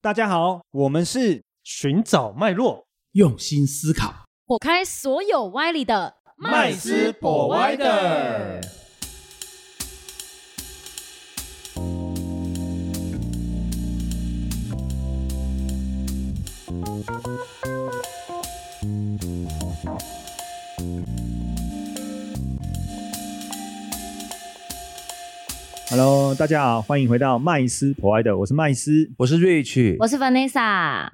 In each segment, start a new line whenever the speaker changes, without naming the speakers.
大家好，我们是
寻找脉络，
用心思考。
火开所有歪理的
麦斯博歪的。
Hello，大家好，欢迎回到麦斯 Provider，我是麦斯
我是 Rich，
我是 Vanessa，
啊。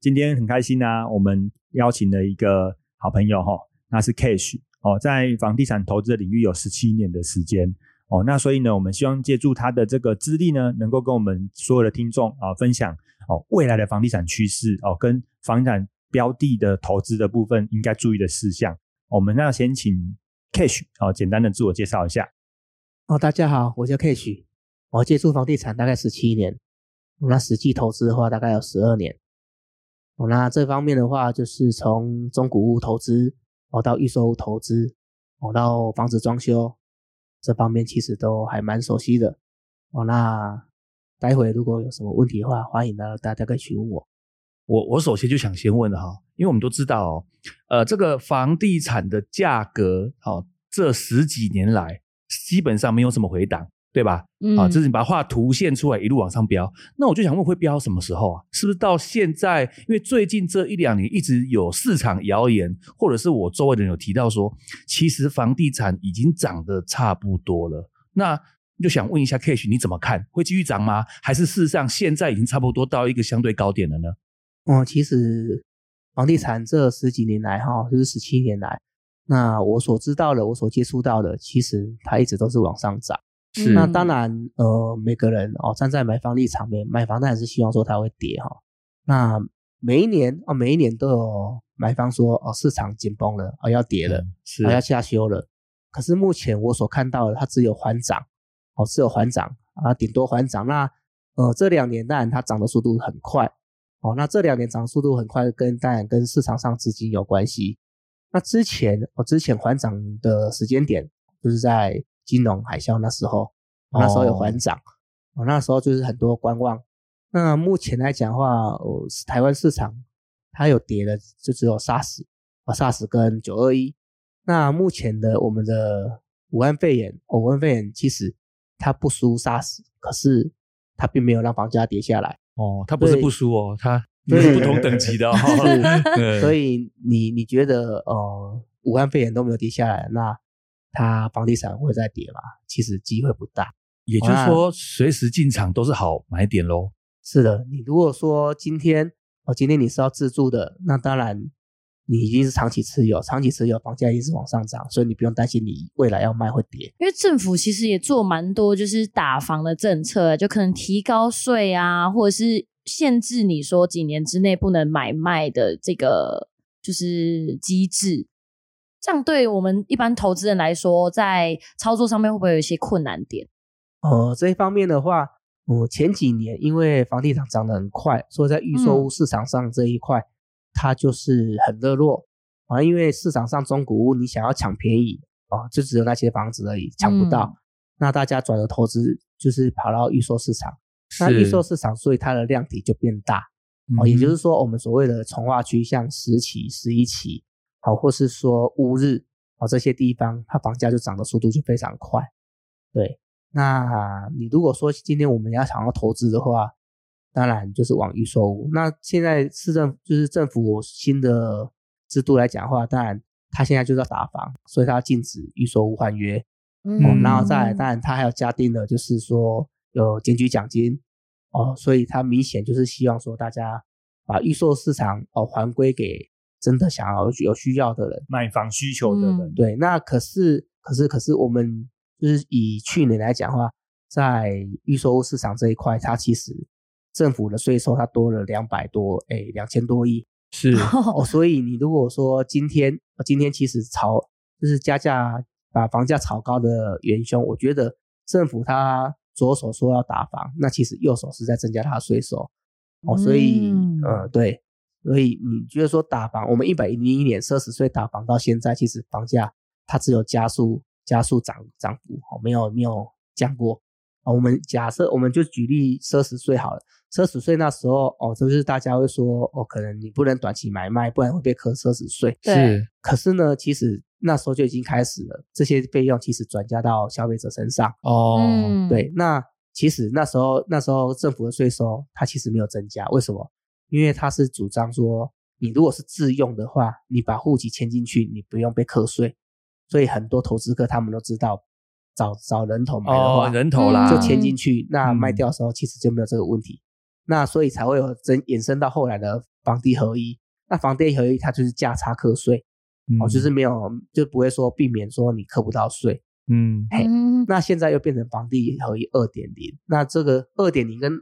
今天很开心啊，我们邀请了一个好朋友哈、那是 Cash 哦，在房地产投资的领域有十七年的时间哦。那所以呢，我们希望借助他的这个资历呢，能够跟我们所有的听众啊、分享哦未来的房地产趋势哦，跟房地产标的的投资的部分应该注意的事项。我们那先请 Cash 哦，简单的自我介绍一下。
哦，大家好，我叫 Cash，我接触房地产大概十七年，那实际投资的话大概有十二年。哦，那这方面的话，就是从中古屋投资，哦到预售屋投资，哦到房子装修，这方面其实都还蛮熟悉的。哦，那待会如果有什么问题的话，欢迎呢大家可以询问我。
我我首先就想先问了哈，因为我们都知道哦，呃，这个房地产的价格，哦，这十几年来基本上没有什么回档，对吧？
嗯
啊，就是你把它画图现出来，一路往上飙。那我就想问，会飙到什么时候啊？是不是到现在？因为最近这一两年一直有市场谣言，或者是我周围的人有提到说，其实房地产已经涨得差不多了。那就想问一下 Cash，你怎么看？会继续涨吗？还是事实上现在已经差不多到一个相对高点了呢？
哦，其实房地产这十几年来哈，就是十七年来，那我所知道的，我所接触到的，其实它一直都是往上涨。
是
那当然，呃，每个人哦，站在买房立场，买买房当然是希望说它会跌哈、那每一年哦，每一年都有买方说哦，市场紧绷了，哦要跌
嗯
了，
是
哎
哦要下修了。可是目前我所看到的，它只有缓涨，哦只有缓涨啊，顶多缓涨。那呃，这两年当然它涨的速度很快，哦，那这两年涨速度很快，跟当然跟市场上资金有关系。那之前我、哦、之前缓涨的时间点，就是在金融海啸那时候，哦那时候有缓涨，我、那时候就是很多观望。那目前来讲的话，哦、台湾市场它有跌的，就只有 SARS 啊 SARS 跟九二一。那目前的我们的武汉肺炎，哦武汉肺炎其实它不输 SARS，可是它并没有让房价跌下来。
哦，它不是
对
不输哦，它
对
是不同等级的哦。 嗯
所以你你觉得呃，武汉肺炎都没有跌下来，那它房地产会再跌吗？其实机会不大。
也就是说，随时进场都是好买点喽。
是的，你如果说今天哦，今天你是要自住的，那当然你一定是长期持有，长期持有房价一定是往上涨，所以你不用担心你未来要卖会跌。
因为政府其实也做蛮多，就是打房的政策，啊就可能提高税啊，或者是限制你说几年之内不能买卖的这个就是机制。这样对我们一般投资人来说，在操作上面会不会有一些困难点？
呃，这一方面的话，我、前几年因为房地产涨得很快，所以在预售屋市场上这一块，它就是很热络啊。因为市场上中古屋你想要抢便宜啊，就只有那些房子而已，抢不到。
嗯
那大家转而投资，就是跑到预售市场。那预售市场，所以它的量体就变大哦，也就是说，我们所谓的从化区，像十期、十一期，好、或是说乌日哦这些地方，它房价就涨的速度就非常快。对，那你如果说今天我们要想要投资的话，当然就是往预售屋。那现在市政就是政府新的制度来讲的话，当然它现在就是要打房，所以它要禁止预售屋换约。哦，
嗯
然后再来，当然他还有加定的，就是说有检举奖金哦，所以他明显就是希望说大家把预售市场哦还归给真的想要有需要的人。
卖房需
嗯
求的人，
对，哦那可是可是可是我们就是以去年来讲的话，在预售屋市场这一块，它其实政府的税收它多了两百多，哎，两千多亿
是
哦，所以你如果说今天，呃今天其实炒就是加价把房价炒高的元凶，我觉得政府他左手说要打房，那其实右手是在增加他的税收哦，所以、
嗯
呃对，所以你觉得说打房，我们一百零一年奢侈税打房到现在，其实房价它只有加速加速涨涨幅，哦没有没有降过。哦我们假设我们就举例奢侈税好了，奢侈税那时候哦，就是大家会说哦，可能你不能短期买卖，不然会被课奢侈税。
对，
可是呢，其实那时候就已经开始了，这些费用其实转嫁到消费者身上。
哦，
嗯，
对，那其实那时候那时候政府的税收它其实没有增加，为什么？因为它是主张说，你如果是自用的话，你把户籍迁进去，你不用被课税。所以很多投资客他们都知道，找找人头买的话，
哦，人头啦，
就
前
迁进去，那
嗯
卖掉的时候其实就没有这个问题。那所以才会有增衍生到后来的房地合一。那房地合一它就是价差课税，哦，就是没有就不会说避免说你课不到税。
嗯
嘿
嗯
那现在又变成房地合一二点零，那这个二点零跟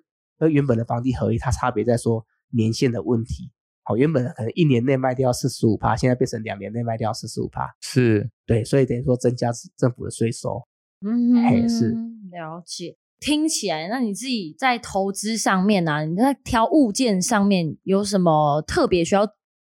呃原本的房地合一它差别在说年限的问题。好、原本可能一年内卖掉四十五趴，现在变成两年内卖掉四十五趴，
是
对，所以等于说增加政府的税收。
嗯，
嘿是
了解。听起来，那你自己在投资上面啊，你在挑物件上面有什么特别需要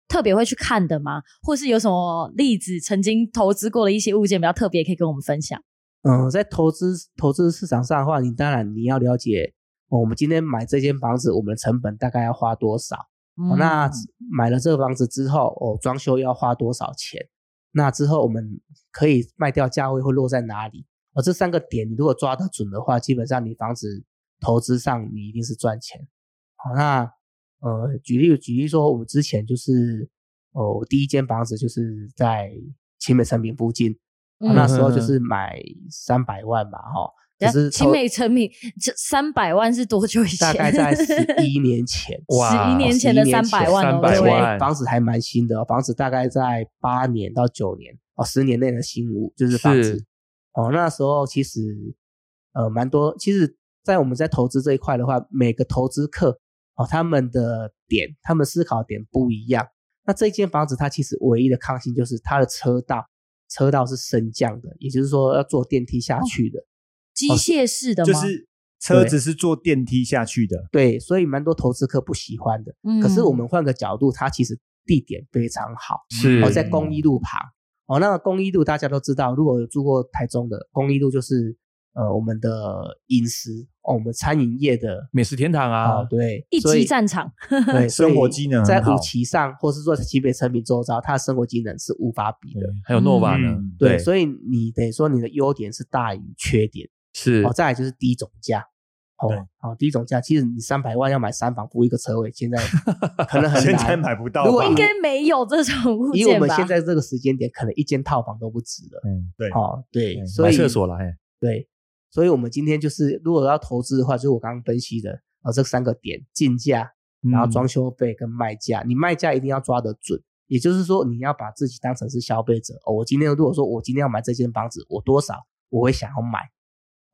特别会去看的吗？或是有什么例子曾经投资过的一些物件比较特别，可以跟我们分享？
嗯，在投资投资市场上的话，你当然你要了解、哦我们今天买这间房子，我们的成本大概要花多少。哦，
嗯
那买了这个房子之后，哦，装修要花多少钱？那之后我们可以卖掉价位会落在哪里？哦，这三个点你如果抓得准的话，基本上你房子投资上你一定是赚钱。好，那呃，举例举例说，我们之前就是哦，我第一间房子就是在青美成品附近，哦
嗯
那时候就是买三百万嘛，哈、哦，
等下
可是
青
投
美成品这三百万是多久以前？
大概在十一年 前，
十一
哇
年
11
前的
年
三百万哦，
300
各
对，
位
万
房子还蛮新的哦、房子大概在八年到九年哦，十年内的新屋就是房子
是
哦。那时候其实呃蛮多，其实，在我们在投资这一块的话，每个投资客哦，他们的点，他们思考点不一样。那这间房子它其实唯一的抗性就是它的车道，车道是升降的，也就是说要坐电梯
哦
下去的。
机
哦
械式的吗？
就是车
对
子是坐电梯下去的，
对，所以蛮多投资客不喜欢的。
嗯
可是我们换个角度，它其实地点非常好。
是
哦，在
嗯
公益路旁。哦，那个公益路大家都知道，如果有住过台中的公益路，就是呃我们的饮食哦，我们餐饮业的
美食天堂
啊、
啊，
对，
一
所以嗯
级战场，
对所以
生活机能很
在
好
五期上，或是说西北成品周遭，它的生活机能是无法比的。
还有诺瓦呢
嗯，
对，
以
所以你得说你的优点是大于缺点。
是
哦，再来就是低总价。哦
对，
哦，低总价，其实你三百万要买三房不一个车位，现在可能很难。
现在买不到吧，
如果
应该没有这种物
以我
件
们
吧？
现在这个时间点，可能一间套房都不值了。
嗯
对
哦，对，
嗯
所
买
以
厕所啦，哎，
所以我们今天就是，如果要投资的话，就是我刚刚分析的，呃，这三个点：进价，然
嗯
后装修费跟卖价。你卖价一定要抓得准，也就是说，你要把自己当成是消费者。哦，我今天如果说我今天要买这间房子，我多少我会想要买。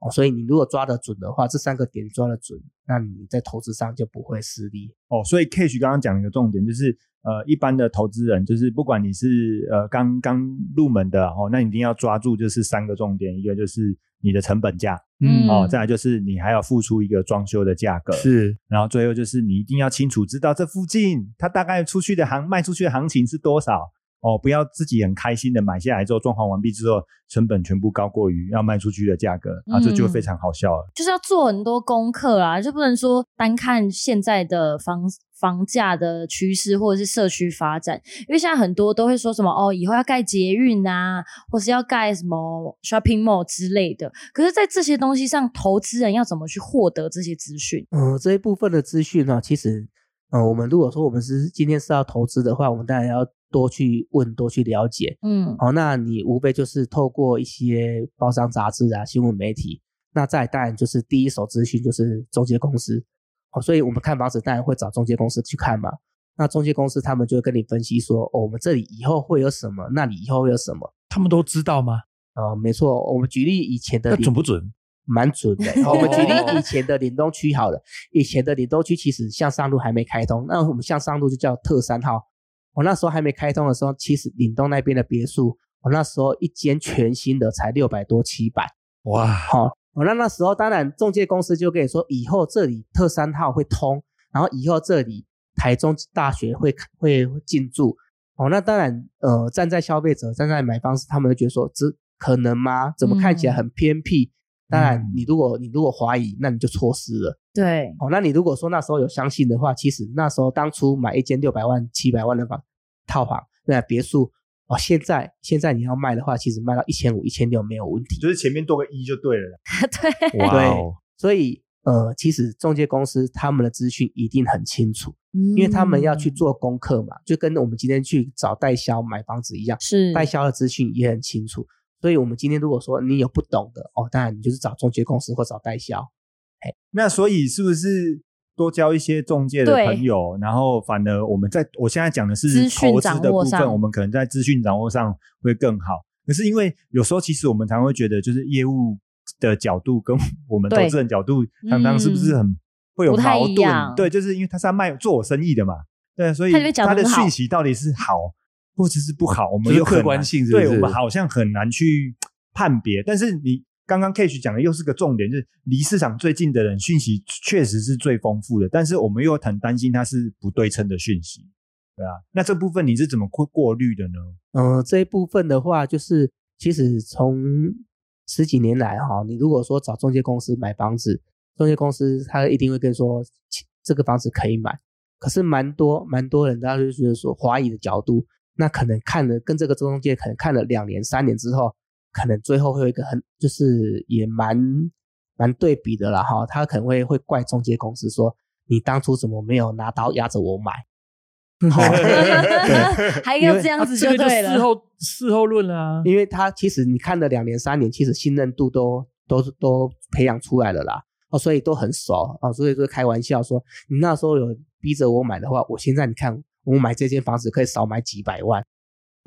哦，所以你如果抓得准的话，这三个点抓得准，那你在投资上就不会失利。
哦，所以 Cash 刚刚讲了一个重点，就是呃，一般的投资人，就是不管你是呃刚刚入门的哦，那你一定要抓住就是三个重点，一个就是你的成本价、
嗯
哦，再来就是你还要付出一个装修的价格，，
是
然后最后就是你一定要清楚知道这附近它大概出去的行卖出去的行情是多少。哦，不要自己很开心的买下来之后，装潢完毕之后，成本全部高过于要卖出去的价格，啊，这就非常好笑了。
就是要做很多功课啦，就不能说单看现在的房房价的趋势或者是社区发展，因为现在很多都会说什么哦，以后要盖捷运啊，或是要盖什么 shopping mall 之类的。可是，在这些东西上，投资人要怎么去获得这些资讯？
嗯、这一部分的资讯呢、其实，呃，我们如果说我们是今天是要投资的话，我们当然要多去问，多去了解。
嗯
哦，那你无非就是透过一些包商杂志啊、新闻媒体，那再来当然就是第一手资讯就是中介公司。哦，所以我们看房子当然会找中介公司去看嘛。那中介公司他们就会跟你分析说，哦，我们这里以后会有什么，那里以后会有什么。
他们都知道吗？
呃，没错，我们举例以前的
那
林
准不准？
蛮准的。好我们举
哦
例以前的林东区好了，以前的林东区其实向上路还没开通，那我们向上路就叫特三号。我那时候还没开通的时候，其实岭东那边的别墅，我那时候一间全新的才六百多七百。
哇，
好，我哦那那时候当然中介公司就跟你说，以后这里特三号会通，然后以后这里台中大学会会进驻。哦，那当然，呃，站在消费者、站在买方，他们就觉得说，这可能吗？怎么看起来很偏僻？当然
嗯，
你如果你如果怀疑，那你就错失了。
对，
哦，那你如果说那时候有相信的话，其实那时候当初买一间六百万、七百万的房套房，那别墅哦，现在现在你要卖的话，其实卖到一千五、一千六没有问题。
就是前面多个一就对了啦。
对，
哇哦，
所以呃，其实中介公司他们的资讯一定很清楚，因为他们要去
嗯
做功课嘛，就跟我们今天去找代销买房子一样，
是
代销的资讯也很清楚。所以我们今天如果说你有不懂的哦，当然你就是找中介公司或找代销。
那所以是不是多交一些中介的
对
朋友，然后反而我们在我现在讲的是
资讯
投资的
掌
部
握
分，
上
我们可能在资讯掌握上会更好。可是因为有时候其实我们常会觉得，就是业务的角度跟我们投
对嗯
资人角度常常是不是很、会有
不太
矛
一
盾？
样
对，就是因为他是要卖做我生意的嘛，对，所以
他就会讲
他
得
的
很好
讯息到底是好或者是不好，我
就
们
是
有
客观性是不
对我
是
们好像很难去判别。但是你刚刚 Cash 讲的又是个重点，就是离市场最近的人讯息确实是最丰富的，但是我们又很担心它是不对称的讯息，对啊。那这部分你是怎么过过滤的呢？
嗯，这一部分的话，就是其实从十几年来哈，你如果说找中介公司买房子，中介公司他一定会跟你说其这个房子可以买，可是蛮多蛮多人他就觉得说怀疑的角度，那可能看了跟这个中介可能看了两年三年之后，可能最后会有一个很就是也蛮蛮对比的啦哈，他可能会会怪中介公司说你当初怎么没有拿刀压着我买。
还要这样子
这个就
对
事
了，
后事后论啦。
啊因为他其实你看了两年三年，其实信任度都都都培养出来了啦，哦，所以都很熟哦，所以就开玩笑说，你那时候有逼着我买的话，我现在你看我买这间房子可以少买几百万，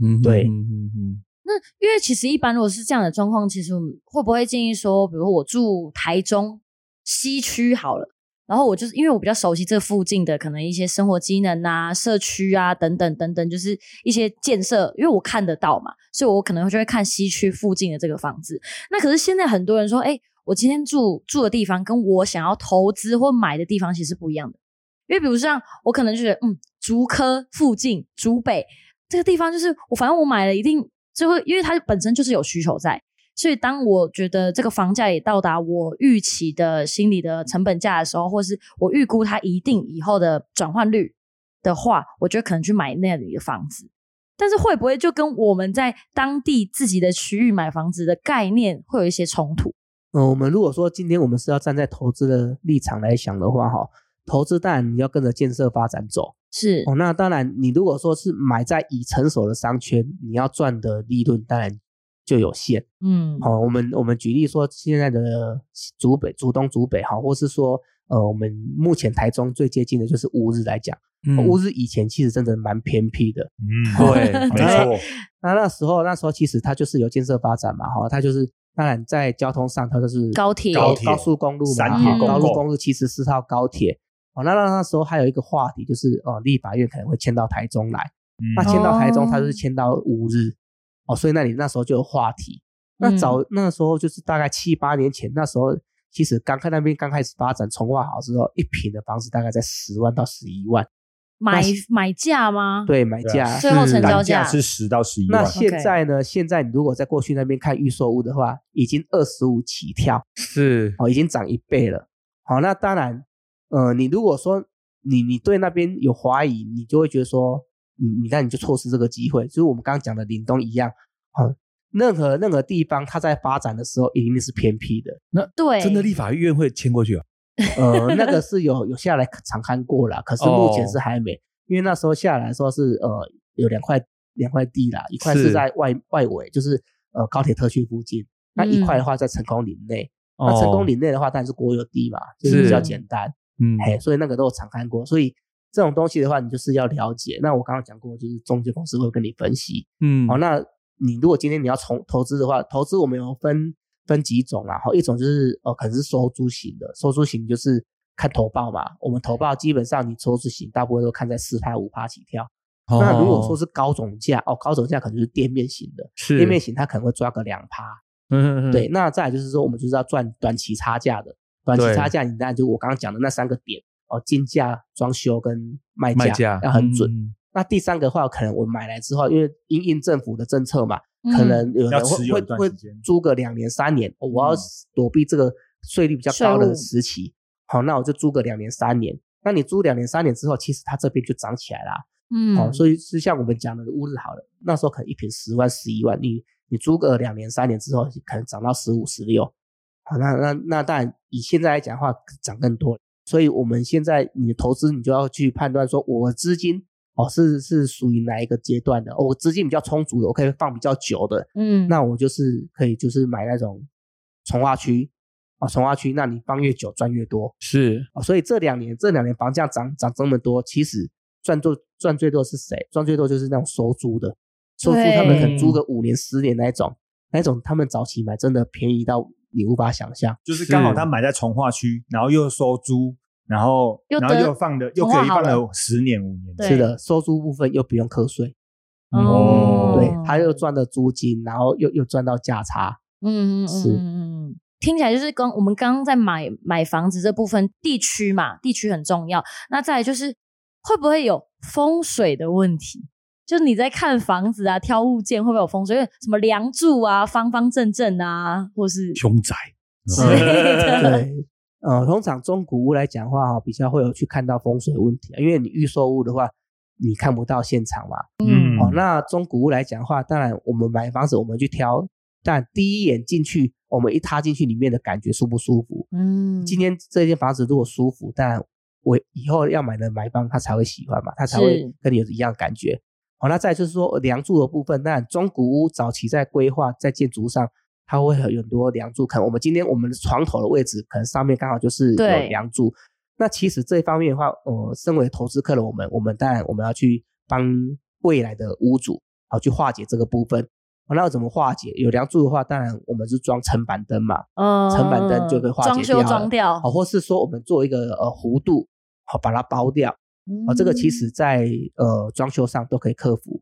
嗯哼
对
嗯哼嗯
那因为其实一般如果是这样的状况，其实我们会不会建议说，比如我住台中西区好了，然后我就是因为我比较熟悉这附近的可能一些生活机能啊、社区啊等等等等，就是一些建设，因为我看得到嘛，所以我可能就会看西区附近的这个房子。那可是现在很多人说，哎、我今天住住的地方跟我想要投资或买的地方其实不一样的。因为比如像我可能就觉得，嗯，竹科附近、竹北这个地方，就是我反正我买了一定就会，因为它本身就是有需求在，所以当我觉得这个房价也到达我预期的心理的成本价的时候，或是我预估它一定以后的转换率的话，我觉得可能去买那里的房子。但是会不会就跟我们在当地自己的区域买房子的概念会有一些冲突？
嗯，我们如果说今天我们是要站在投资的立场来想的话，哈，投资当然你要跟着建设发展走，
是，
哦，那当然，你如果说是买在已成熟的商圈，你要赚的利润当然就有限。
嗯，
好、呃我们我们举例说，现在的竹北、竹东、竹北，哈，或是说，呃，我们目前台中最接近的就是乌日来讲，
哼嗯
乌日以前其实真的蛮偏僻的。
嗯，
对，
没
那
错，
那那时候，那时候其实它就是有建设发展嘛，哈，它就是当然在交通上，它就是
高铁
高铁
高速公路嘛，
三
铁
哈
公
高
路
速公路其实是套高铁。哦，那那那时候还有一个话题就是，哦、立法院可能会迁到台中来。
嗯
那迁到台中，他就是
哦
迁到乌日，哦，所以那里那时候就有话题。那
嗯
早、那时候就是大概七八年前，那时候其实刚看那边刚开始发展，重化好之后，一平的房子大概在十万到十一万，
买
那
买价吗？，
对，买
对啊
价。
最后成交
单价
价
是十到十一
那
万，
现
嗯 OK
在呢？现在你如果再过去那边看预售屋的话，已经二十五起跳
是
哦，已经涨一倍了。好，那当然，呃，你如果说你你对那边有怀疑，你就会觉得说，你你那你就错失这个机会，就是我们刚刚讲的林东一样，哦，任何任何地方它在发展的时候，一定是偏僻的，
对，
真的立法院会迁过去啊？
呃，那个是有有下来查看过了，可是目前
哦
是还没，因为那时候下来说是呃有两块两块地啦，一块
是
是在外外围，就是呃高铁特区附近，那一块的话在成功岭内，那啊成功
里
岭内的话当然是国有地嘛，就是比
哦是
较简单。
嗯
哎，所以那个都有常看过，所以这种东西的话，你就是要了解。那我刚刚讲过，就是中介公司会跟你分析。
嗯
好、那你如果今天你要从投资的话，投资我们有分分几种啦，哈，一种就是哦、呃可能是收租型的，收租型就是看投报嘛，我们投报基本上你收租型大部分都看在四趴五趴起跳。
哦
那如果说是高总价哦，高总价可能就是店面型的，
是
店面型它可能会抓个两趴，
嗯嗯嗯
对，那再来就是说，我们就是要赚短期差价的，短期
对
差价，你当然就我刚刚讲的那三个点哦，进价、装修跟卖价
卖价
要很准。
嗯
那第三个的话，可能我买来之后，因为因应政府的政策嘛，
嗯
可能有
要
人
持有
会
一段
会
时间
租个两年三年，哦我要
嗯
躲避这个税率比较高
税务
的时期，好，那我就租个两年三年。那你租两年三年之后，其实它这边就涨起来啦。
嗯，
好、哦所以是像我们讲的屋子好了，那时候可能一平十万、十一万，你你租个两年、三年之后，可能涨到十五、十六。好，那那那当然，以现在来讲的话，涨更多。所以我们现在你的投资，你就要去判断说，我的资金哦是是属于哪一个阶段的、哦我资金比较充足的，我可以放比较久的，
嗯，
那我就是可以就是买那种从化区啊，从化区，那你放越久赚越多。
是
哦，所以这两年这两年房价涨涨这么多，其实赚最赚最多是谁？赚最多就是那种收租的，收租他们可能租个五年十年那一种，那一种他们早期买真的便宜到你无法想象。
就是
是
刚好他买在从化区，然后又收租，然后
又
然后
得
又放的又可
从化
以放
好
了十年五年，
对
是的，收租部分又不用课税，
嗯
哦
对，他又赚了租金，然后又又赚到价差。
嗯嗯嗯
是
嗯嗯嗯，听起来就是刚我们刚刚在买买房子这部分地区嘛，地区很重要。那再来就是会不会有风水的问题？就你在看房子啊，挑物件会不会有风水？因为什么梁柱啊，方方正正啊，或是
凶宅，
之类的。
对，呃，通常中古屋来讲的话哦哈、比较会有去看到风水问题，啊因为你预售屋的话，你看不到现场嘛。
嗯
哦，那中古屋来讲的话，当然我们买房子我们去挑，但第一眼进去，我们一踏进去里面的感觉舒不舒服？
嗯，
今天这间房子如果舒服，当然我以后要买的买方他才会喜欢嘛，他才会
是
跟你有一样的感觉。好、那再来就是说梁柱的部分，那中古屋早期在规划在建筑上，它会有很多梁柱，可能我们今天我们的床头的位置，可能上面刚好就是有
对
梁柱。那其实这一方面的话，呃，身为投资客的我们，我们当然我们要去帮未来的屋主好去化解这个部分。好那要怎么化解？有梁柱的话，当然我们是装层板灯嘛，
呃
层板灯就可以化解
装修
掉了哦
装掉
好，，或是说我们做一个呃弧度，好把它包掉，
嗯
哦，这个其实在呃装修上都可以克服。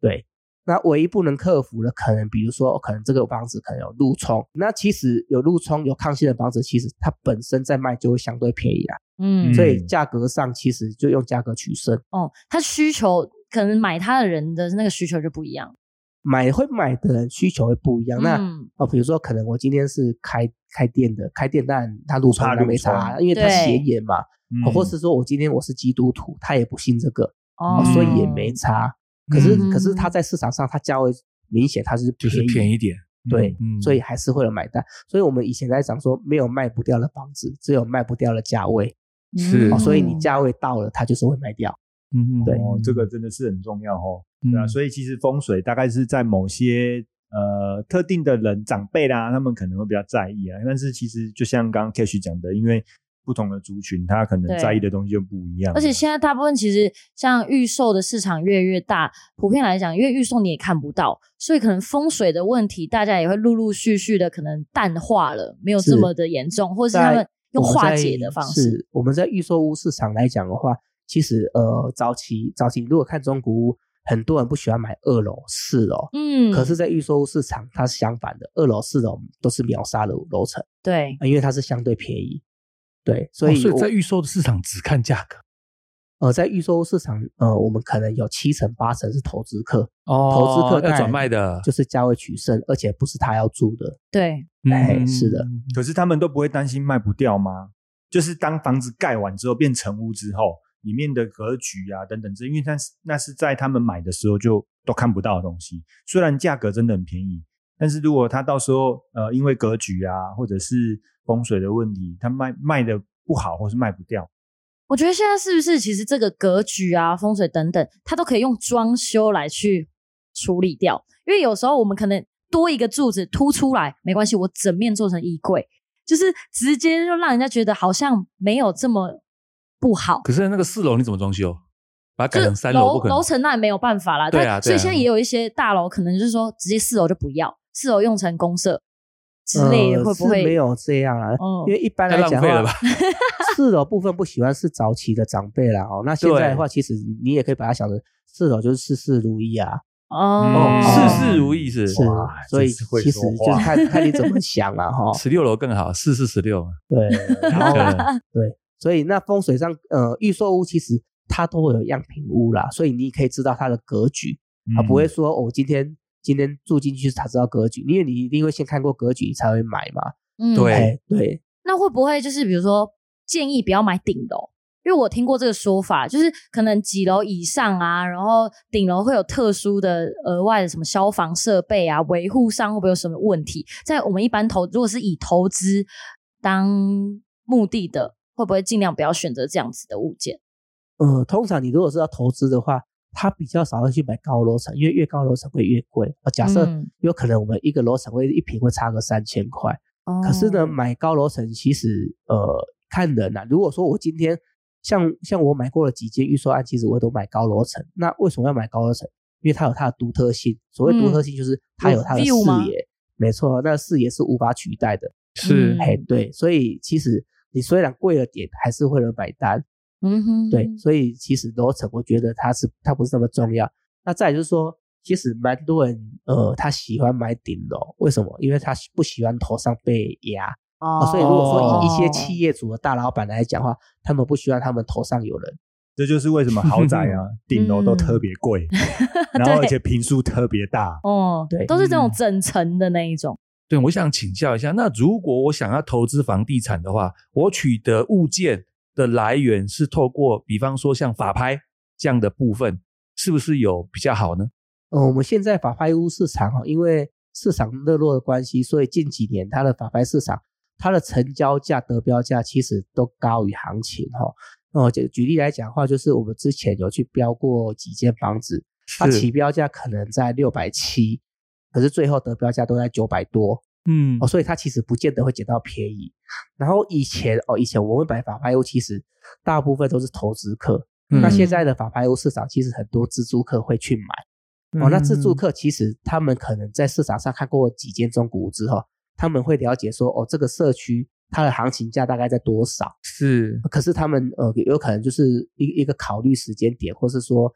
对，那唯一不能克服的，可能比如说可能这个房子可能有路冲，那其实有路冲有抗性的房子，其实它本身在卖就会相对便宜啊，
嗯，
所以
嗯
价格上其实就用价格取胜。
哦，他需求可能买他的人的那个需求就不一样。
买会买的人需求会不一样，那
嗯
哦，比如说可能我今天是开开店的，开店当然它路冲
怕
那
路
没
冲
差，啊因为它
对
显眼嘛，
嗯
哦或是说我今天我是基督徒，他也不信这个，
哦
哦，所以也没差。可是、可是它
嗯
在市场上，它价位明显它是
就
便
是
宜，
便宜点，
对，
嗯
所以还是会有买单。所以我们以前在讲说，没有卖不掉的房子，只有卖不掉的价位。
是
哦，所以你
嗯
价位到了，它就是会卖掉。
嗯
对
哦，这个真的是很重要哦。
对
对
嗯
啊，所以其实风水大概是在某些呃特定的人长辈啦，他们可能会比较在意啊。但是其实就像刚刚 Cash 讲的，因为不同的族群，他可能
对
在意的东西就不一样。
而且现在大部分其实像预售的市场越来越大，普遍来讲，因为预售你也看不到，所以可能风水的问题，大家也会陆陆续续的可能淡化了，没有
是
这么的严重，或是
在
他们用
我们
化
在
解的方式。
是我们在预售屋市场来讲的话，其实呃，早期早期如果看中古屋，很多人不喜欢买二楼、四楼。
嗯，
可是，在预售屋市场，它是相反的，二楼、四楼都是秒杀的楼层，
对，
因为它是相对便宜。对，所
哦
以
所以
我
在预售的市场只看价格
呃，在预售市场，呃，我们可能有七成八成是投资客，
哦
投资客
要转卖的，
就是价位取胜，而且不是他要住的。
对，
嗯
哎是的，
可是他们都不会担心卖不掉吗？就是当房子盖完之后变成屋之后，里面的格局啊等等，这因为那是那是在他们买的时候就都看不到的东西。虽然价格真的很便宜，但是如果他到时候呃因为格局啊或者是风水的问题，他卖卖的不好或是卖不掉，
我觉得现在是不是其实这个格局啊、风水等等，它都可以用装修来去处理掉。因为有时候我们可能多一个柱子凸出来，没关系，我整面做成衣柜，就是直接就让人家觉得好像没有这么不好。
可是那个四楼你怎么装修？把它
就
改成三
是
楼
楼
不可能
楼。层那也没有办法啦，
对啊对啊
但所以现在也有一些大楼可能就是说直接四楼就不要，四楼用成公社之类的，
呃
会不会
是没？有这样啊？
嗯
因为一般
太
来
浪
讲
费了
的
吧
话，四楼部分不喜欢是早期的长辈啦。哦，那现在的话，其实你也可以把它想成四楼就是事事如意啊，
哦
嗯，
事事如意是
是
哇，
所以
真是会
其实
说
就
话
是看看你怎么想了哈。
十六楼更好，四四十六。
对，然后
对
所以那风水上，呃，预售屋其实它都会有样品屋啦，所以你可以知道它的格局，啊，
嗯
不会说哦，今天今天住进去才知道格局，因为你一定会先看过格局，你才会买嘛。
嗯
对
哎对，
那会不会就是比如说建议不要买顶楼？因为我听过这个说法，就是可能几楼以上啊，然后顶楼会有特殊的额外的什么消防设备啊，维护上会不会有什么问题？在我们一般投，如果是以投资当目的的，会不会尽量不要选择这样子的物件？
呃，通常你如果是要投资的话，它比较少会去买高楼层，因为越高楼层会越贵。呃假设
嗯
有可能我们一个楼层会一平会差个三千块，可是呢，
哦
买高楼层其实呃看人呐、如果说我今天像像我买过了几间预售案，其实我都买高楼层。那为什么要买高楼层？因为它有它的独特性。所谓独特性就是它有它的
嗯有
视
view 吗
野，没错，那视野是无法取代的。
是
嗯
哎，对，所以其实你虽然贵了点，还是会有人买单。
嗯哼，
对，所以其实楼层我觉得它是它不是那么重要。那再来就是说，其实蛮多人呃他喜欢买顶楼，为什么？因为他喜不喜欢头上被压、
哦
啊所以如果说以一些
业。
企业主的大老板来讲的话，他们不希望他们头上有人。
这就是为什么豪宅 啊顶楼
嗯
都特别贵，然后
对
而且平数特别大。
哦，
对
都是这种
嗯
整层的那一种。
对，我想请教一下，那如果我想要投资房地产的话，我取得物件的来源是透过，比方说像法拍这样的部分，是不是有比较好呢？
呃，我们现在法拍屋市场哈，因为市场热络的关系，所以近几年它的法拍市场，它的成交价、得标价其实都高于行情哈。那我就举例来讲的话，就是我们之前有去标过几间房子，它
是
起标价可能在六百七，可是最后得标价都在九百多
嗯
哦，所以它其实不见得会捡到便宜。然后以前哦，以前我们买法拍屋，其实大部分都是投资客。
嗯
嗯
那现在的法拍屋市场，其实很多自住客会去买哦。那自住客其实他们可能在市场上看过几间中古屋之后，他们会了解说，哦，这个社区它的行情价大概在多少。
是
可是他们呃有可能就是一一个考虑时间点，或是说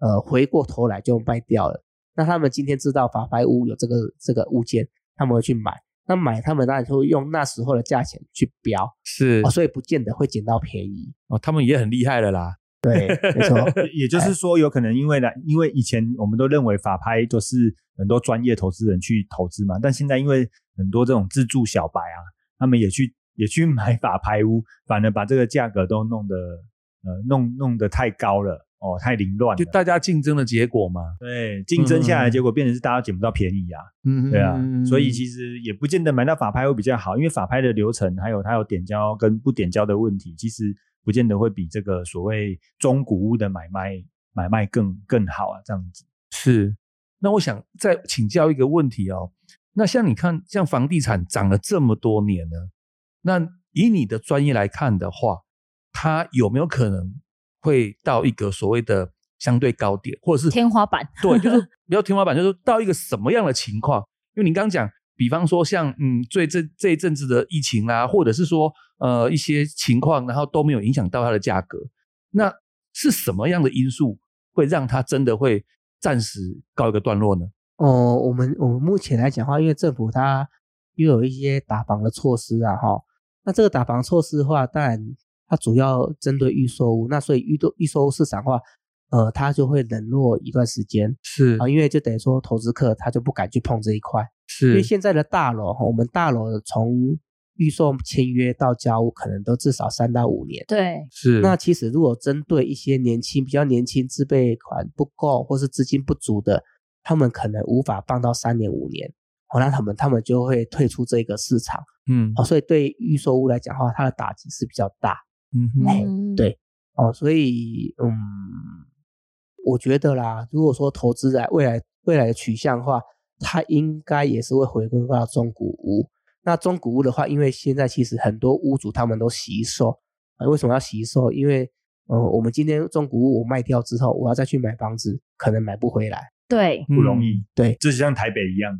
呃回过头来就卖掉了。那他们今天知道法拍屋有这个这个物件，他们会去买。那买他们当然就会用那时候的价钱去标，
是
哦、所以不见得会捡到便宜。
哦，他们也很厉害了啦。
对，没错，
也就是说，有可能因为呢，因为以前我们都认为法拍就是很多专业投资人去投资嘛，但现在因为很多这种自助小白啊，他们也去也去买法拍屋，反而把这个价格都弄得呃弄弄得太高了哦，太凌乱
就
了。
大家竞争的结果嘛。
对，竞争下来，
嗯
结果变成是大家捡不到便宜啊。
嗯
对啊，所以其实也不见得买到法拍会比较好，因为法拍的流程还有它有点交跟不点交的问题，其实不见得会比这个所谓中古屋的买卖买卖更更好啊，这样子。
是。那我想再请教一个问题哦，那像你看，像房地产涨了这么多年呢，那以你的专业来看的话，它有没有可能会到一个所谓的相对高点，或者是
天花板？
对，就是不要天花板，就是到一个什么样的情况？因为你刚刚讲，比方说像嗯，最这这一阵子的疫情啦、或者是说呃一些情况，然后都没有影响到它的价格。那是什么样的因素会让它真的会暂时告一个段落呢？
哦，我们我们目前来讲的话，因为政府它又有一些打房的措施啊，哈，那这个打房措施的话，当然它主要针对预售屋，那所以预售预售屋市场的话，呃，它就会冷落一段时间
是
啊，因为就等于说投资客他就不敢去碰这一块，因为
是
现在的大楼，哈我们大楼从预售签约到交屋，可能都至少三到五年。
对，
是
那其实如果针对一些年轻、比较年轻、自备款不够或是资金不足的，他们可能无法放到三年、五年，哦，那他们他们就会退出这个市场，
嗯
哦，所以对预售屋来讲的话，它的打击是比较大，
嗯哼
哎
嗯
对哦，所以嗯，我觉得啦，如果说投资在未来未来的取向的话，它应该也是会回归到中古屋。那中古屋的话，因为现在其实很多屋主他们都惜售，啊，为什么要惜售？因为呃，我们今天中古屋我卖掉之后，我要再去买房子，可能买不回来。
对，
不容
嗯
易，
对
就像台北一样，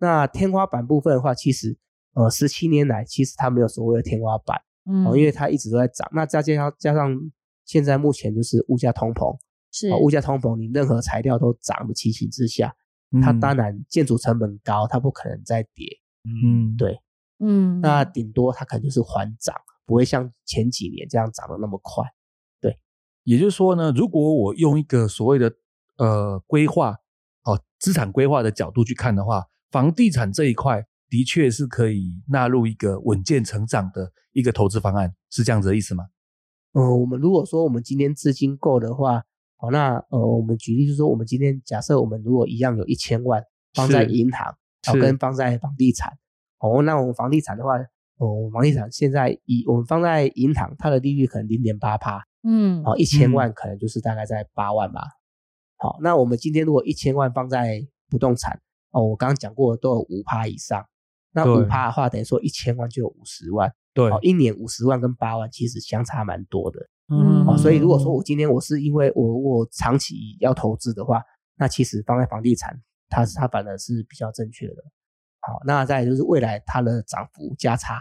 那天花板部分的话，其实呃，十七年来其实它没有所谓的天花板。
嗯
哦，因为它一直都在涨。那再加上加上现在目前就是物价通膨，
是
哦、物价通膨，你任何材料都涨的情形之下，
嗯
它当然建筑成本高，它不可能再跌。
嗯
对
嗯
那顶多它可能就是缓涨，不会像前几年这样涨得那么快。
也就是说呢，如果我用一个所谓的呃规划哦资产规划的角度去看的话，房地产这一块的确是可以纳入一个稳健成长的一个投资方案，是这样子的意思吗？
呃，我们如果说我们今天资金够的话，好，那呃，我们举例就是说，我们今天假设我们如果一样有一千万放在
是
银行，好、
是
跟放在房地产，哦，那我们房地产的话，哦，我们房地产现在以我们放在银行，它的利率可能零点八趴，
嗯，
哦，一千
嗯
万可能就是大概在八万吧。好、那我们今天如果一千万放在不动产，哦，我刚刚讲过都有五趴以上，那
对
五趴的话，等于说一千万就有五十万，
对
哦，一年五十万跟八万其实相差蛮多的。
嗯
哦，所以如果说我今天我是因为我我长期要投资的话，那其实放在房地产，它它反而是比较正确的。好，那再来就是未来它的涨幅价差，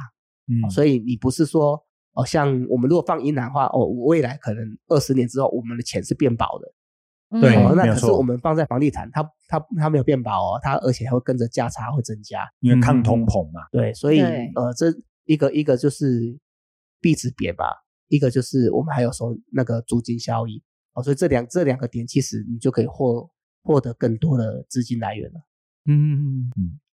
嗯
哦所以你不是说哦，像我们如果放银行的话，哦，我未来可能二十年之后我们的钱是变薄的，
嗯
对
哦，那
没有
可是
错
我们放在房地产，它它它没有变薄哦，它而且还会跟着价差会增加，
因
嗯
为抗通膨嘛，
对，所以
对
呃，这一个一个就是币值贬吧，一个就是我们还有说那个租金效益哦，所以这两这两个点，其实你就可以获获得更多的资金来源了。
嗯，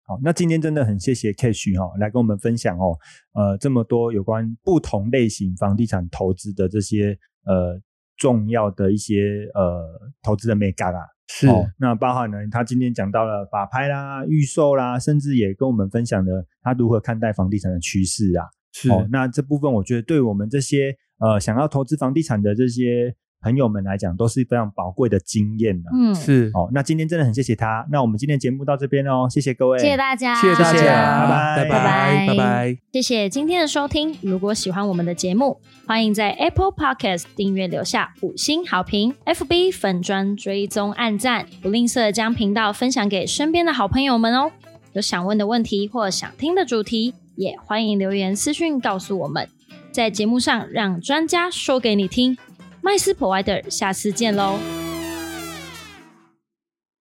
好，那今天真的很谢谢 Cash 哈、来跟我们分享哦，呃，这么多有关不同类型房地产投资的这些呃重要的一些呃投资的 m e g a 啦。
是
哦，那包含呢，他今天讲到了法拍啦、预售啦，甚至也跟我们分享了他如何看待房地产的趋势啊。
是
哦，那这部分我觉得对我们这些呃想要投资房地产的这些朋友们来讲，都是非常宝贵的经验的、
嗯，
是，
哦，那今天真的很谢谢他。那我们今天节目到这边哦，谢谢各位，
谢谢大家，
谢谢大
谢谢
家，
拜拜
拜拜
拜拜
拜。
谢谢今天的收听。如果喜欢我们的节目，欢迎在 Apple Podcast 订阅留下五星好评，FB 粉砖追踪按赞，不吝啬将频道分享给身边的好朋友们哦。有想问的问题或想听的主题，也欢迎留言私讯告诉我们，在节目上让专家说给你听。麦斯 Provider，下次见喽，